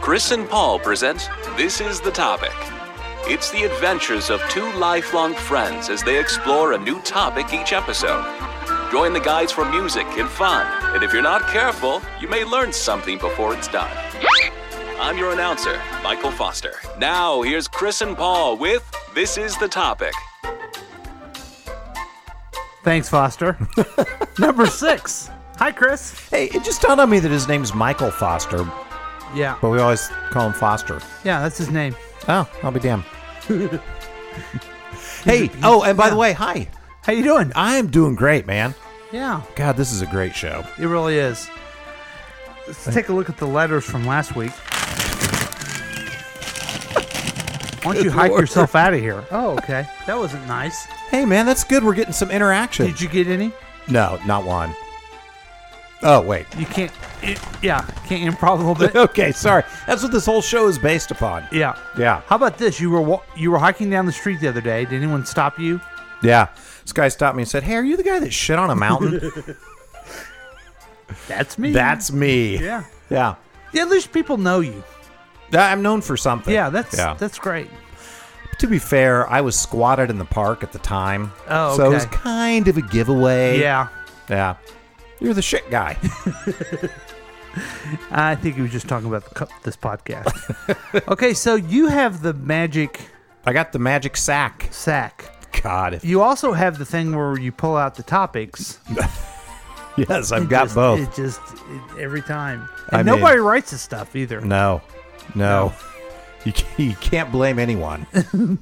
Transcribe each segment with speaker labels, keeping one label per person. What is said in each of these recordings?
Speaker 1: Chris and Paul present This is the Topic. It's the adventures of two lifelong friends as they explore a new topic each episode. Join the guys for music and fun, and if you're not careful, you may learn something before it's done. I'm your announcer, Michael Foster. Now, here's Chris and Paul with This is the Topic.
Speaker 2: Thanks, Foster. Number six. Hi, Chris.
Speaker 3: Hey, it just dawned on me that his name's Michael Foster,
Speaker 2: Yeah.
Speaker 3: but we always call him Foster.
Speaker 2: Yeah, that's his name.
Speaker 3: Oh, I'll be damned. hey, oh, and by the way, hi.
Speaker 2: How you doing?
Speaker 3: I am doing great, man.
Speaker 2: Yeah,
Speaker 3: God, this is a great show.
Speaker 2: it really is. Let's take a look at the letters from last week. Why don't you hype yourself out of here? Oh, okay. That wasn't nice.
Speaker 3: Hey, man, that's good. We're getting some interaction.
Speaker 2: Did you get any?
Speaker 3: no, not one. Oh, wait.
Speaker 2: You can't. It, yeah, can't improv a little bit.
Speaker 3: Okay, sorry. That's what this whole show is based upon.
Speaker 2: Yeah.
Speaker 3: Yeah.
Speaker 2: How about this? You were wa- you were hiking down the street the other day. Did anyone stop you?
Speaker 3: Yeah. This guy stopped me and said, Hey, are you the guy that shit on a mountain?
Speaker 2: That's me.
Speaker 3: that's me.
Speaker 2: yeah.
Speaker 3: Yeah.
Speaker 2: Yeah. At least people know you.
Speaker 3: That- I'm known for something.
Speaker 2: Yeah. That's that's great.
Speaker 3: To be fair, I was squatted in the park at the time.
Speaker 2: Oh,
Speaker 3: So it was
Speaker 2: okay.
Speaker 3: kind of a giveaway.
Speaker 2: Yeah.
Speaker 3: Yeah. You're the shit guy.
Speaker 2: I think he was just talking about the, co- this podcast. okay, so you have the magic
Speaker 3: I got the magic sack.
Speaker 2: sack.
Speaker 3: God. If,
Speaker 2: You also have the thing where you pull out the topics.
Speaker 3: yes, I've
Speaker 2: It
Speaker 3: got
Speaker 2: just-
Speaker 3: both.
Speaker 2: It just it, every time, and
Speaker 3: I mean-
Speaker 2: nobody writes this stuff either.
Speaker 3: no. No. You, ca- you can't blame anyone.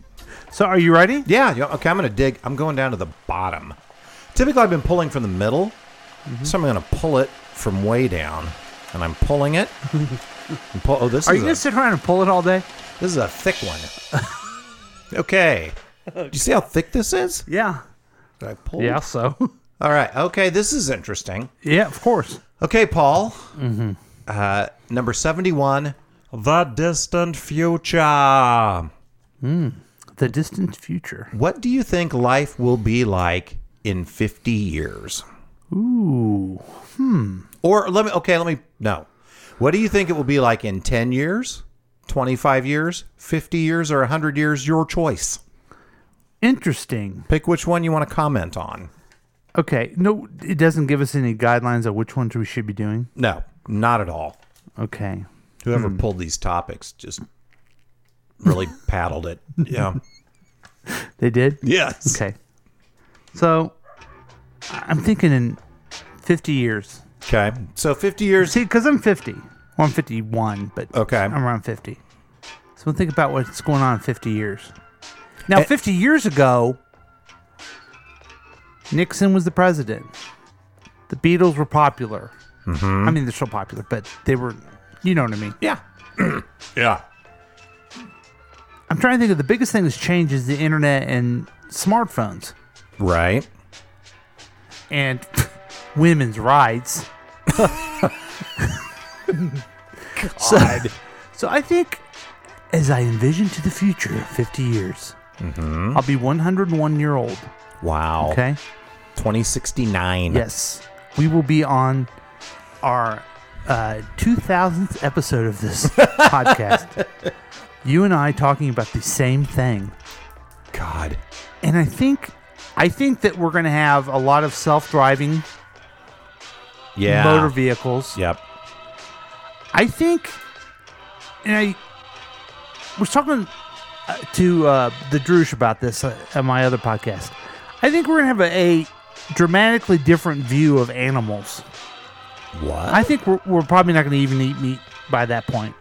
Speaker 2: So, are you ready?
Speaker 3: yeah. you- Okay, I'm going to dig. I'm going down to the bottom. Typically, I've been pulling from the middle.
Speaker 2: Mm-hmm.
Speaker 3: So I'm going to pull it from way down. And I'm pulling it. and pull, oh, this
Speaker 2: Are
Speaker 3: is
Speaker 2: you
Speaker 3: a-
Speaker 2: gonna sit around and pull it all day?
Speaker 3: This is a thick one. okay. Do you see how thick this is?
Speaker 2: Yeah.
Speaker 3: Did I pull?
Speaker 2: Yeah. So.
Speaker 3: All right. Okay. This is interesting.
Speaker 2: yeah, of course.
Speaker 3: Okay, Paul. Mm-hmm. Uh, number 71 The Distant Future.
Speaker 2: The distant future.
Speaker 3: What do you think life will be like in 50 years?
Speaker 2: Ooh. Hmm.
Speaker 3: Or let me, okay, let me, no. What do you think it will be like in 10 years, 25 years, 50 years, or 100 years? Your choice.
Speaker 2: Interesting.
Speaker 3: Pick which one you want to comment on.
Speaker 2: Okay. No, it doesn't give us any guidelines of which ones we should be doing.
Speaker 3: No, not at all.
Speaker 2: Okay.
Speaker 3: Whoever pulled these topics just really paddled it. Yeah.
Speaker 2: They did.
Speaker 3: Yes.
Speaker 2: Okay. So I- I'm thinking in 50 years.
Speaker 3: Okay. So 50 years.
Speaker 2: See, because I'm 50. Well, I'm 51, but
Speaker 3: Okay.
Speaker 2: I'm around 50. So think about what's going on in 50 years. Now,
Speaker 3: Eh.
Speaker 2: 50 years ago, Nixon was the president. The Beatles were popular.
Speaker 3: Mm-hmm.
Speaker 2: I mean, they're still popular, but they were, you know what I mean.
Speaker 3: Yeah. yeah.
Speaker 2: I'm trying to think of the biggest thing that's changed is the internet and smartphones
Speaker 3: Right.
Speaker 2: and women's rights.
Speaker 3: God.
Speaker 2: So I think, as I envision to the future, 50 years,
Speaker 3: Mm-hmm.
Speaker 2: I'll be 101 year old.
Speaker 3: Wow.
Speaker 2: Okay.
Speaker 3: 2069.
Speaker 2: Yes. We will be on our uh, 2000th episode of this podcast. You and I talking about the same thing.
Speaker 3: God.
Speaker 2: And I think. I think that we're going to have a lot of self-driving
Speaker 3: Yeah.
Speaker 2: motor vehicles.
Speaker 3: Yep.
Speaker 2: I think, and I was talking uh, to uh, the Drush about this uh, on my other podcast. I think we're gonna have a, a dramatically different view of animals.
Speaker 3: What?
Speaker 2: I think we're, we're probably not gonna even eat meat by that point.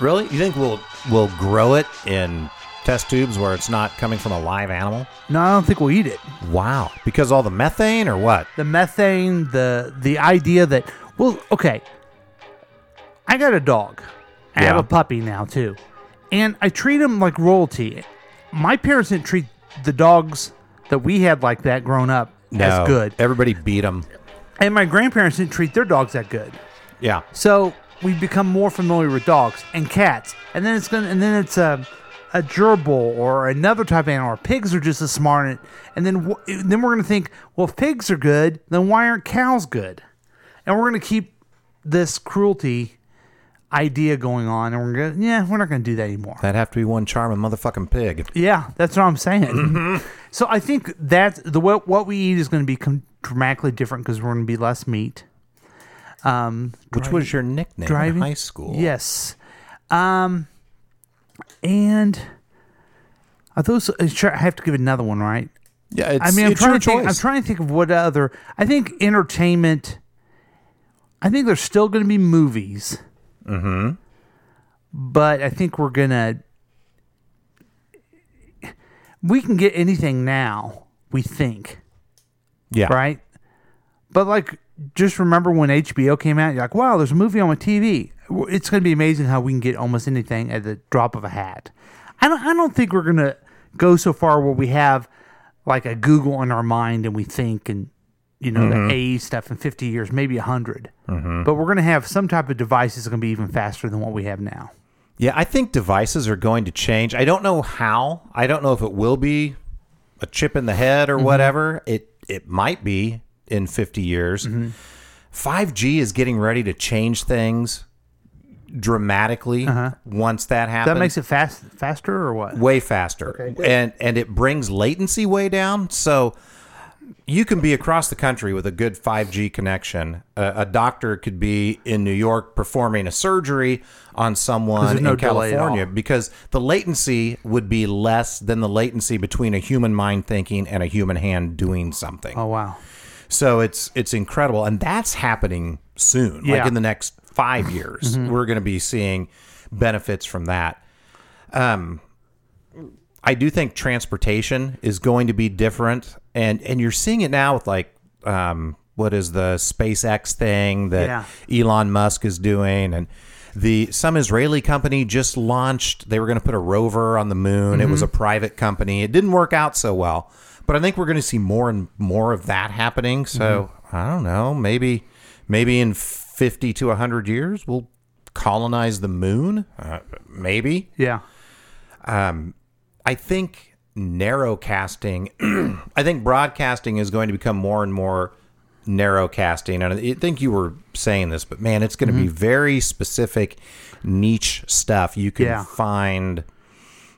Speaker 3: really? You think we'll we'll grow it in test tubes where it's not coming from a live animal?
Speaker 2: No, I don't think we'll eat it.
Speaker 3: Wow. Because all the methane or what?
Speaker 2: The methane, the the idea that well, okay, I got a dog. I have
Speaker 3: Yeah.
Speaker 2: a puppy now too, and I treat them like royalty. My parents didn't treat the dogs that we had like that growing up as good,
Speaker 3: Everybody beat them.
Speaker 2: and my grandparents didn't treat their dogs that good.
Speaker 3: Yeah.
Speaker 2: So we become more familiar with dogs and cats, and then it's gonna, and then it's a, a gerbil or another type of animal. Or pigs are just as smart, and, and then wh- then we're gonna think, well, if pigs are good, then why aren't cows good? And we're gonna keep this cruelty idea going on, and we're gonna yeah, we're not gonna do that anymore.
Speaker 3: That'd have to be one charming motherfucking pig.
Speaker 2: Yeah, that's what I'm saying.
Speaker 3: Mm-hmm.
Speaker 2: So I think that the what what we eat is going to be com- dramatically different because we're going to be less meat. Um,
Speaker 3: Which was your nickname
Speaker 2: driving-
Speaker 3: in high school?
Speaker 2: Yes, um, and are those? uh, Sure, I have to give another one, right?
Speaker 3: yeah. It's,
Speaker 2: I mean, I'm
Speaker 3: it's
Speaker 2: trying
Speaker 3: your
Speaker 2: to think, I'm
Speaker 3: choice.
Speaker 2: trying to think of what other. I think entertainment. I think there's still going to be movies. Mm-hmm. But I think we're gonna. We can get anything now. We think
Speaker 3: yeah,
Speaker 2: right? But like, just remember when HBO came out, you're like, wow, there's a movie on my TV. W- It's going to be amazing how we can get almost anything at the drop of a hat. I don't, I don't think we're going to go so far where we have like a Google in our mind and we think and, you know, the AE stuff in 50 years, maybe 100. But we're going to have some type of device that's going to be even faster than what we have now.
Speaker 3: Yeah, I think devices are going to change. I don't know how. I don't know if it will be a chip in the head or whatever. It it might be in 50 years. 5G is getting ready to change things dramatically once Uh-huh. that happens.
Speaker 2: That makes it fast, faster or what?
Speaker 3: way faster. and and it brings latency way down, so you can be across the country with a good 5G connection. Uh, a doctor could be in New York performing a surgery on someone
Speaker 2: there's no
Speaker 3: in
Speaker 2: delay at all.
Speaker 3: California because the latency would be less than the latency between a human mind thinking and a human hand doing something.
Speaker 2: Oh, wow.
Speaker 3: So it's it's incredible, and that's happening soon. Like
Speaker 2: Yeah. Mm-hmm.
Speaker 3: in the next five years, we're going to be seeing benefits from that. Um, I do think transportation is going to be different, and and you're seeing it now with like um, what is the SpaceX thing that Elon Musk is doing, and the some Israeli company just launched. They were going to put a rover on the moon. It was a private company. It didn't work out so well, but I think we're going to see more and more of that happening. So I don't know. Maybe maybe in fifty to hundred years we'll colonize the moon. Uh, maybe.
Speaker 2: Yeah.
Speaker 3: I think narrow casting, I think broadcasting is going to become more and more narrow casting. And I think you were saying this, but man, it's going to be very specific, niche stuff. You can
Speaker 2: Yeah.
Speaker 3: find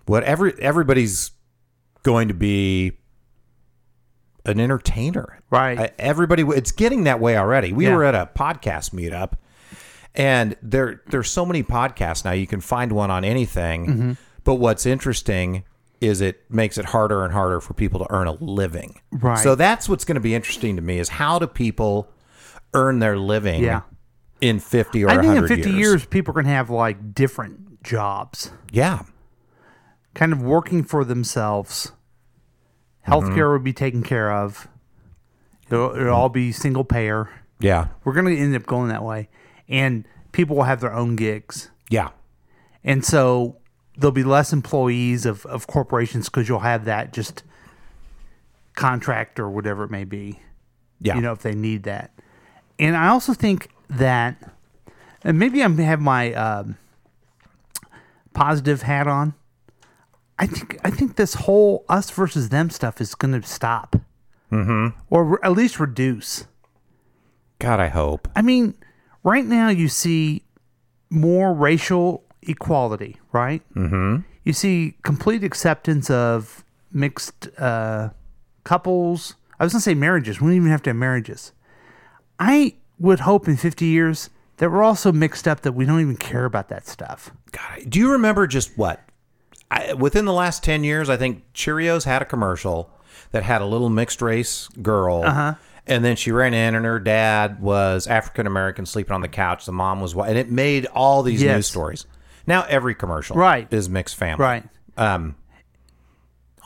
Speaker 3: whatever everybody's going to be an entertainer.
Speaker 2: Right.
Speaker 3: Uh, Everybody, it's getting that way already. We
Speaker 2: Yeah.
Speaker 3: were at a podcast meetup and there there's so many podcasts now you can find one on anything
Speaker 2: Mm-hmm.
Speaker 3: but what's interesting is it makes it harder and harder for people to earn a living
Speaker 2: Right.
Speaker 3: so that's what's going to be interesting to me is how do people earn their living
Speaker 2: Yeah.
Speaker 3: in 50 or
Speaker 2: I think in
Speaker 3: 100
Speaker 2: 50 years, people are going to have like different jobs.
Speaker 3: yeah
Speaker 2: kind of working for themselves. Healthcare would be taken care of. It'll, it'll all be single payer.
Speaker 3: yeah
Speaker 2: We're going to end up going that way, and people will have their own gigs,
Speaker 3: yeah
Speaker 2: and so there'll be less employees of of corporations because you'll have that just contract or whatever it may be
Speaker 3: yeah
Speaker 2: you know, if they need that. And I also think that, and maybe I'm have my um, positive hat on. I think I think this whole us versus them stuff is going to stop, mm-hmm. or re- at least reduce.
Speaker 3: god i hope
Speaker 2: I mean, right now you see more racial equality, right? Mm-hmm. You see complete acceptance of mixed uh, couples. I was going to say marriages. We don't even have to have marriages. I would hope in 50 years that we're all so mixed up that we don't even care about that stuff.
Speaker 3: God, do you remember just what? I, within the last 10 years, I think Cheerios had a commercial that had a little mixed race girl.
Speaker 2: Uh-huh.
Speaker 3: And then she ran in, and her dad was African American sleeping on the couch. The mom was white. And it made all these
Speaker 2: Yes.
Speaker 3: news stories. Now every commercial
Speaker 2: Right.
Speaker 3: is mixed family. Um,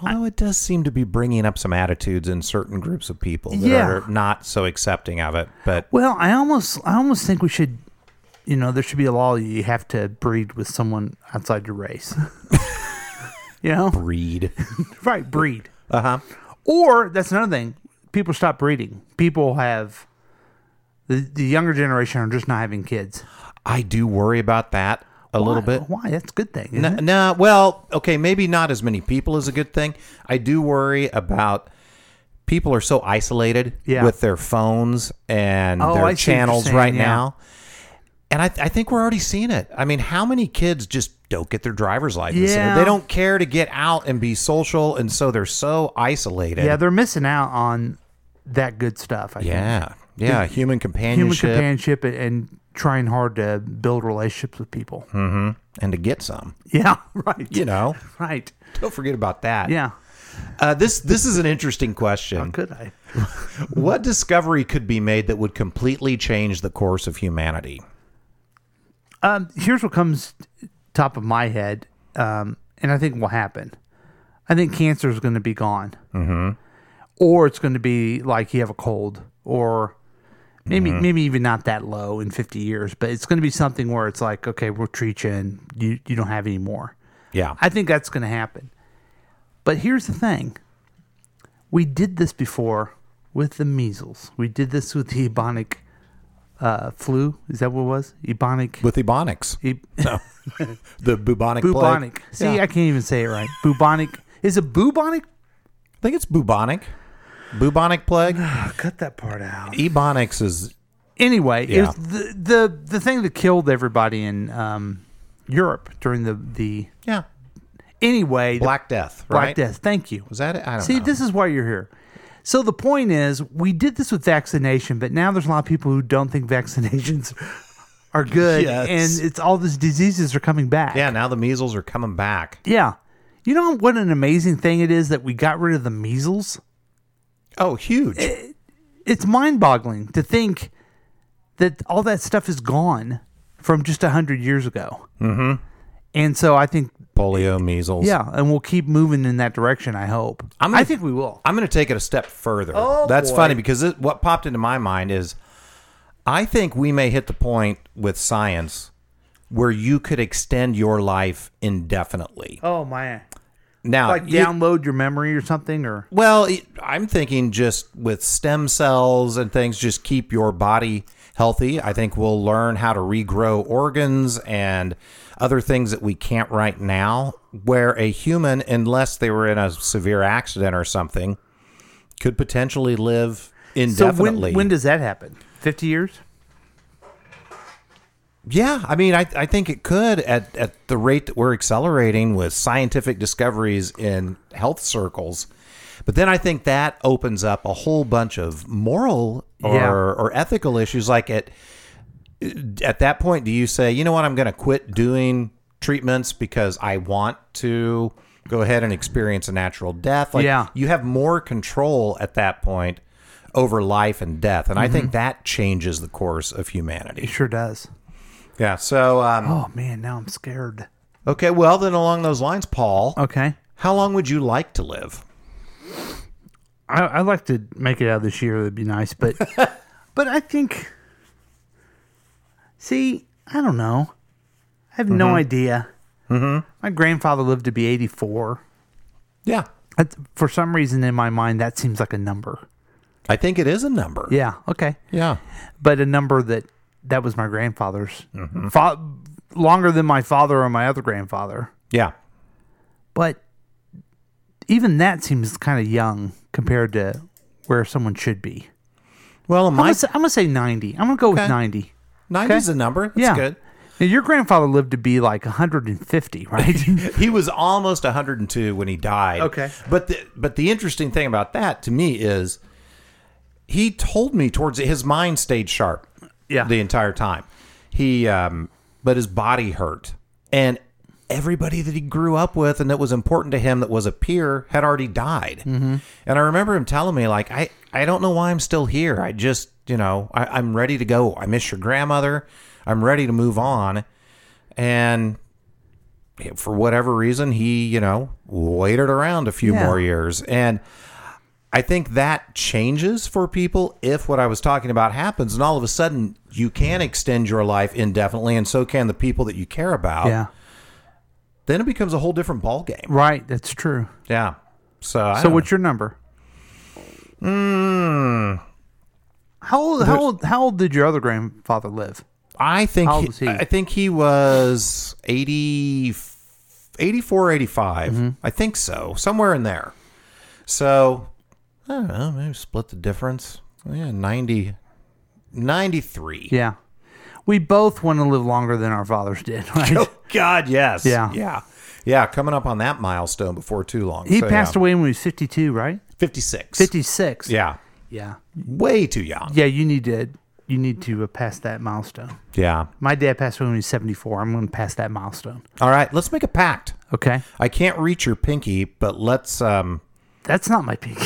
Speaker 2: Right.
Speaker 3: Although it does seem to be bringing up some attitudes in certain groups of people that
Speaker 2: Yeah.
Speaker 3: are not so accepting of it. But
Speaker 2: Well, I almost I almost think we should you know, there should be a law you have to breed with someone outside your race. you know?
Speaker 3: breed.
Speaker 2: Right, breed.
Speaker 3: Uh huh.
Speaker 2: Or that's another thing. People stop breeding. People have the the younger generation are just not having kids.
Speaker 3: I do worry about that a little bit.
Speaker 2: Why? That's a good thing.
Speaker 3: No,
Speaker 2: Isn't it?
Speaker 3: no, well, okay, maybe not as many people is a good thing. I do worry about people are so isolated
Speaker 2: Yeah.
Speaker 3: with their phones and
Speaker 2: Oh, I see
Speaker 3: their
Speaker 2: what you're
Speaker 3: channels
Speaker 2: saying,
Speaker 3: right
Speaker 2: yeah.
Speaker 3: now. And I, th- I think we're already seeing it. I mean, how many kids just don't get their driver's license?
Speaker 2: Yeah.
Speaker 3: They don't care to get out and be social, and so they're so isolated.
Speaker 2: Yeah, they're missing out on that good stuff. I think.
Speaker 3: yeah, yeah. Human
Speaker 2: Human
Speaker 3: companionship,
Speaker 2: companionship and, and trying hard to build relationships with people.
Speaker 3: and to get some,
Speaker 2: Yeah, right.
Speaker 3: Hmm. you know.
Speaker 2: Right.
Speaker 3: Don't forget about that.
Speaker 2: Yeah.
Speaker 3: Uh, this this is an interesting question.
Speaker 2: Could I?
Speaker 3: What discovery could be made that would completely change the course of humanity?
Speaker 2: Um, here's what comes top of my head, um, and I think will happen. I think cancer is going to be gone, mm-hmm. or it's going to be like you have a cold, or maybe maybe even not that low in 50 years, but it's going to be something where it's like, okay, we'll treat you, and you you don't have any more.
Speaker 3: Yeah.
Speaker 2: I think that's going to happen. But here's the thing we did this before with the measles, we did this with the Ebonic uh, flu. Is that what it was? Ebonic.
Speaker 3: With Ebonics.
Speaker 2: E-
Speaker 3: The bubonic plague.
Speaker 2: bubonic. See,
Speaker 3: Yeah.
Speaker 2: I can't even say it right. Bubonic. Is it bubonic?
Speaker 3: I think it's bubonic. Bubonic plague.
Speaker 2: cut that part out.
Speaker 3: Ebonics is
Speaker 2: Anyway, it
Speaker 3: Yeah.
Speaker 2: was the, the the thing that killed everybody in um, Europe during the the
Speaker 3: yeah.
Speaker 2: anyway the
Speaker 3: Black Death,
Speaker 2: Black
Speaker 3: right?
Speaker 2: Death. Thank you.
Speaker 3: Was that it? I don't
Speaker 2: See,
Speaker 3: know.
Speaker 2: this is why you're here. So the point is, we did this with vaccination, but now there's a lot of people who don't think vaccinations are good,
Speaker 3: Yes.
Speaker 2: and it's all these diseases are coming back.
Speaker 3: yeah, now the measles are coming back.
Speaker 2: yeah. You know what an amazing thing it is that we got rid of the measles.
Speaker 3: Oh, huge.
Speaker 2: it's mind-boggling to think that all that stuff is gone from just 100 years ago. Mm-hmm. And so I think,
Speaker 3: Polio, measles.
Speaker 2: yeah, and we'll keep moving in that direction, I hope.
Speaker 3: I'm gonna-
Speaker 2: I think we will.
Speaker 3: I'm going to take it a step further. That's
Speaker 2: Oh, boy.
Speaker 3: funny because it, what popped into my mind is I think we may hit the point with science where you could extend your life indefinitely.
Speaker 2: Oh, my.
Speaker 3: Now,
Speaker 2: Like
Speaker 3: you-
Speaker 2: download your memory or something or...
Speaker 3: well, it- I'm thinking just with stem cells and things, just keep your body healthy. I think we'll learn how to regrow organs and other things that we can't right now, where a human, unless they were in a severe accident or something, could potentially live
Speaker 2: So
Speaker 3: indefinitely.
Speaker 2: when, when does that happen? 50 years?
Speaker 3: Yeah, I mean, I, I think it could at, at the rate that we're accelerating with scientific discoveries in health circles. But then I think that opens up a whole bunch of moral or,
Speaker 2: Yeah.
Speaker 3: or ethical issues. Like at at that point, do you say, you know what, I'm going to quit doing treatments because I want to go ahead and experience a natural death? Like
Speaker 2: Yeah.
Speaker 3: you have more control at that point over life and death, and I
Speaker 2: Mm-hmm.
Speaker 3: think that changes the course of humanity.
Speaker 2: It sure does.
Speaker 3: Yeah. So, um,
Speaker 2: Oh, man, now I'm scared.
Speaker 3: okay. Well, then along those lines, Paul,
Speaker 2: Okay.
Speaker 3: how long would you like to live?
Speaker 2: I, I'd like to make it out this year. That'd be nice, but but I think. See, I don't know. I have no idea. Mm-hmm. My grandfather lived to be eighty-four.
Speaker 3: Yeah.
Speaker 2: That's, for some reason, in my mind, that seems like a number.
Speaker 3: I think it is a number.
Speaker 2: Yeah. Okay.
Speaker 3: Yeah.
Speaker 2: But a number that that was my grandfather's, Fa- longer than my father or my other grandfather.
Speaker 3: Yeah.
Speaker 2: But even that seems kind of young compared to where someone should be.
Speaker 3: Well, in
Speaker 2: I'm
Speaker 3: my
Speaker 2: gonna, say, I'm gonna say 90. I'm gonna go
Speaker 3: Okay.
Speaker 2: with 90.
Speaker 3: 90 is a number. That's
Speaker 2: yeah.
Speaker 3: good.
Speaker 2: Now, your grandfather lived to be like 150, right?
Speaker 3: He was almost 102 when he died.
Speaker 2: Okay.
Speaker 3: But the, but the interesting thing about that to me is he told me towards his mind stayed sharp.
Speaker 2: Yeah.
Speaker 3: The entire time. He um but his body hurt. And everybody that he grew up with and that was important to him that was a peer had already died. Mm-hmm. And I remember him telling me like I I don't know why I'm still here. I just, you know, I, I'm ready to go. I miss your grandmother. I'm ready to move on. And for whatever reason, he, you know, waited around a few
Speaker 2: Yeah.
Speaker 3: more years. And I think that changes for people if what I was talking about happens and all of a sudden you can extend your life indefinitely and so can the people that you care about.
Speaker 2: yeah.
Speaker 3: Then it becomes a whole different ballgame.
Speaker 2: Right. That's true.
Speaker 3: Yeah. So, I
Speaker 2: So,
Speaker 3: don't
Speaker 2: what's your number?
Speaker 3: Hmm.
Speaker 2: Mm. How old? How old? How old did your other grandfather live?
Speaker 3: know. I think
Speaker 2: How
Speaker 3: he,
Speaker 2: old was he?
Speaker 3: I think he was 80 84 85.
Speaker 2: Mm-hmm.
Speaker 3: I think so. Somewhere in there. So, I don't know, maybe split the difference. Yeah, 90 93.
Speaker 2: Yeah. we both want to live longer than our fathers did, right?
Speaker 3: Oh God, yes.
Speaker 2: Yeah.
Speaker 3: Yeah. Yeah, coming up on that milestone before too long.
Speaker 2: He passed away when he was 52, right?
Speaker 3: 56.
Speaker 2: 56.
Speaker 3: Yeah.
Speaker 2: Yeah.
Speaker 3: Way too young.
Speaker 2: Yeah, you need to you need to uh, pass that milestone.
Speaker 3: Yeah.
Speaker 2: My dad passed away when he was 74. I'm going to pass that milestone.
Speaker 3: All right, let's make a pact.
Speaker 2: Okay.
Speaker 3: I can't reach your pinky, but let's um
Speaker 2: That's not my peak.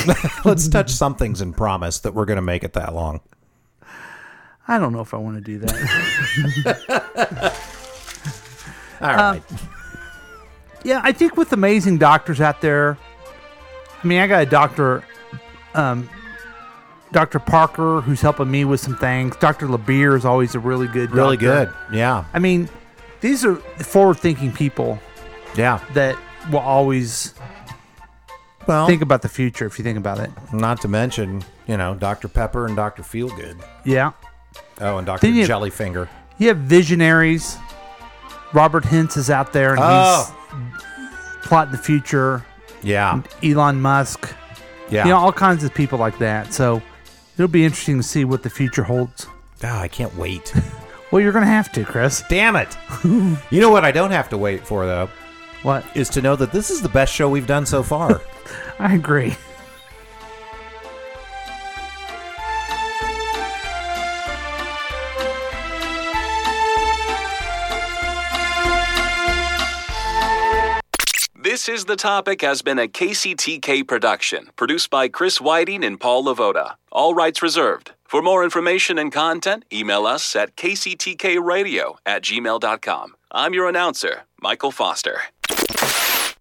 Speaker 3: let's touch somethings and promise that we're going to make it that long.
Speaker 2: I don't know if I want to do that.
Speaker 3: All
Speaker 2: Um,
Speaker 3: right.
Speaker 2: yeah, I think with amazing doctors out there, I mean, I got a doctor, um, Dr. Parker, who's helping me with some things. Dr. LeBeer is always a really good
Speaker 3: really
Speaker 2: doctor.
Speaker 3: good. Yeah.
Speaker 2: I mean, these are forward thinking people
Speaker 3: Yeah.
Speaker 2: that will always
Speaker 3: Well,
Speaker 2: think about the future if you think about it.
Speaker 3: not to mention, you know, Dr. Pepper and Dr. Feelgood.
Speaker 2: Yeah.
Speaker 3: Oh, and Dr.
Speaker 2: Then you-
Speaker 3: Jellyfinger.
Speaker 2: You have visionaries. Robert Hintz is out there and
Speaker 3: Oh.
Speaker 2: he's plotting the future.
Speaker 3: Yeah.
Speaker 2: Elon Musk.
Speaker 3: Yeah.
Speaker 2: you know all kinds of people like that so it'll be interesting to see what the future holds
Speaker 3: oh, I can't wait.
Speaker 2: well you're gonna have to chris
Speaker 3: Damn it. you know what I don't have to wait for though
Speaker 2: what
Speaker 3: is to know that this is the best show we've done so far.
Speaker 2: i agree
Speaker 1: This is the topic has been a KCTK production, produced by Chris Whiting and Paul Lavoda. All rights reserved. For more information and content, email us at kctkradio at gmail.com. I'm your announcer, Michael Foster.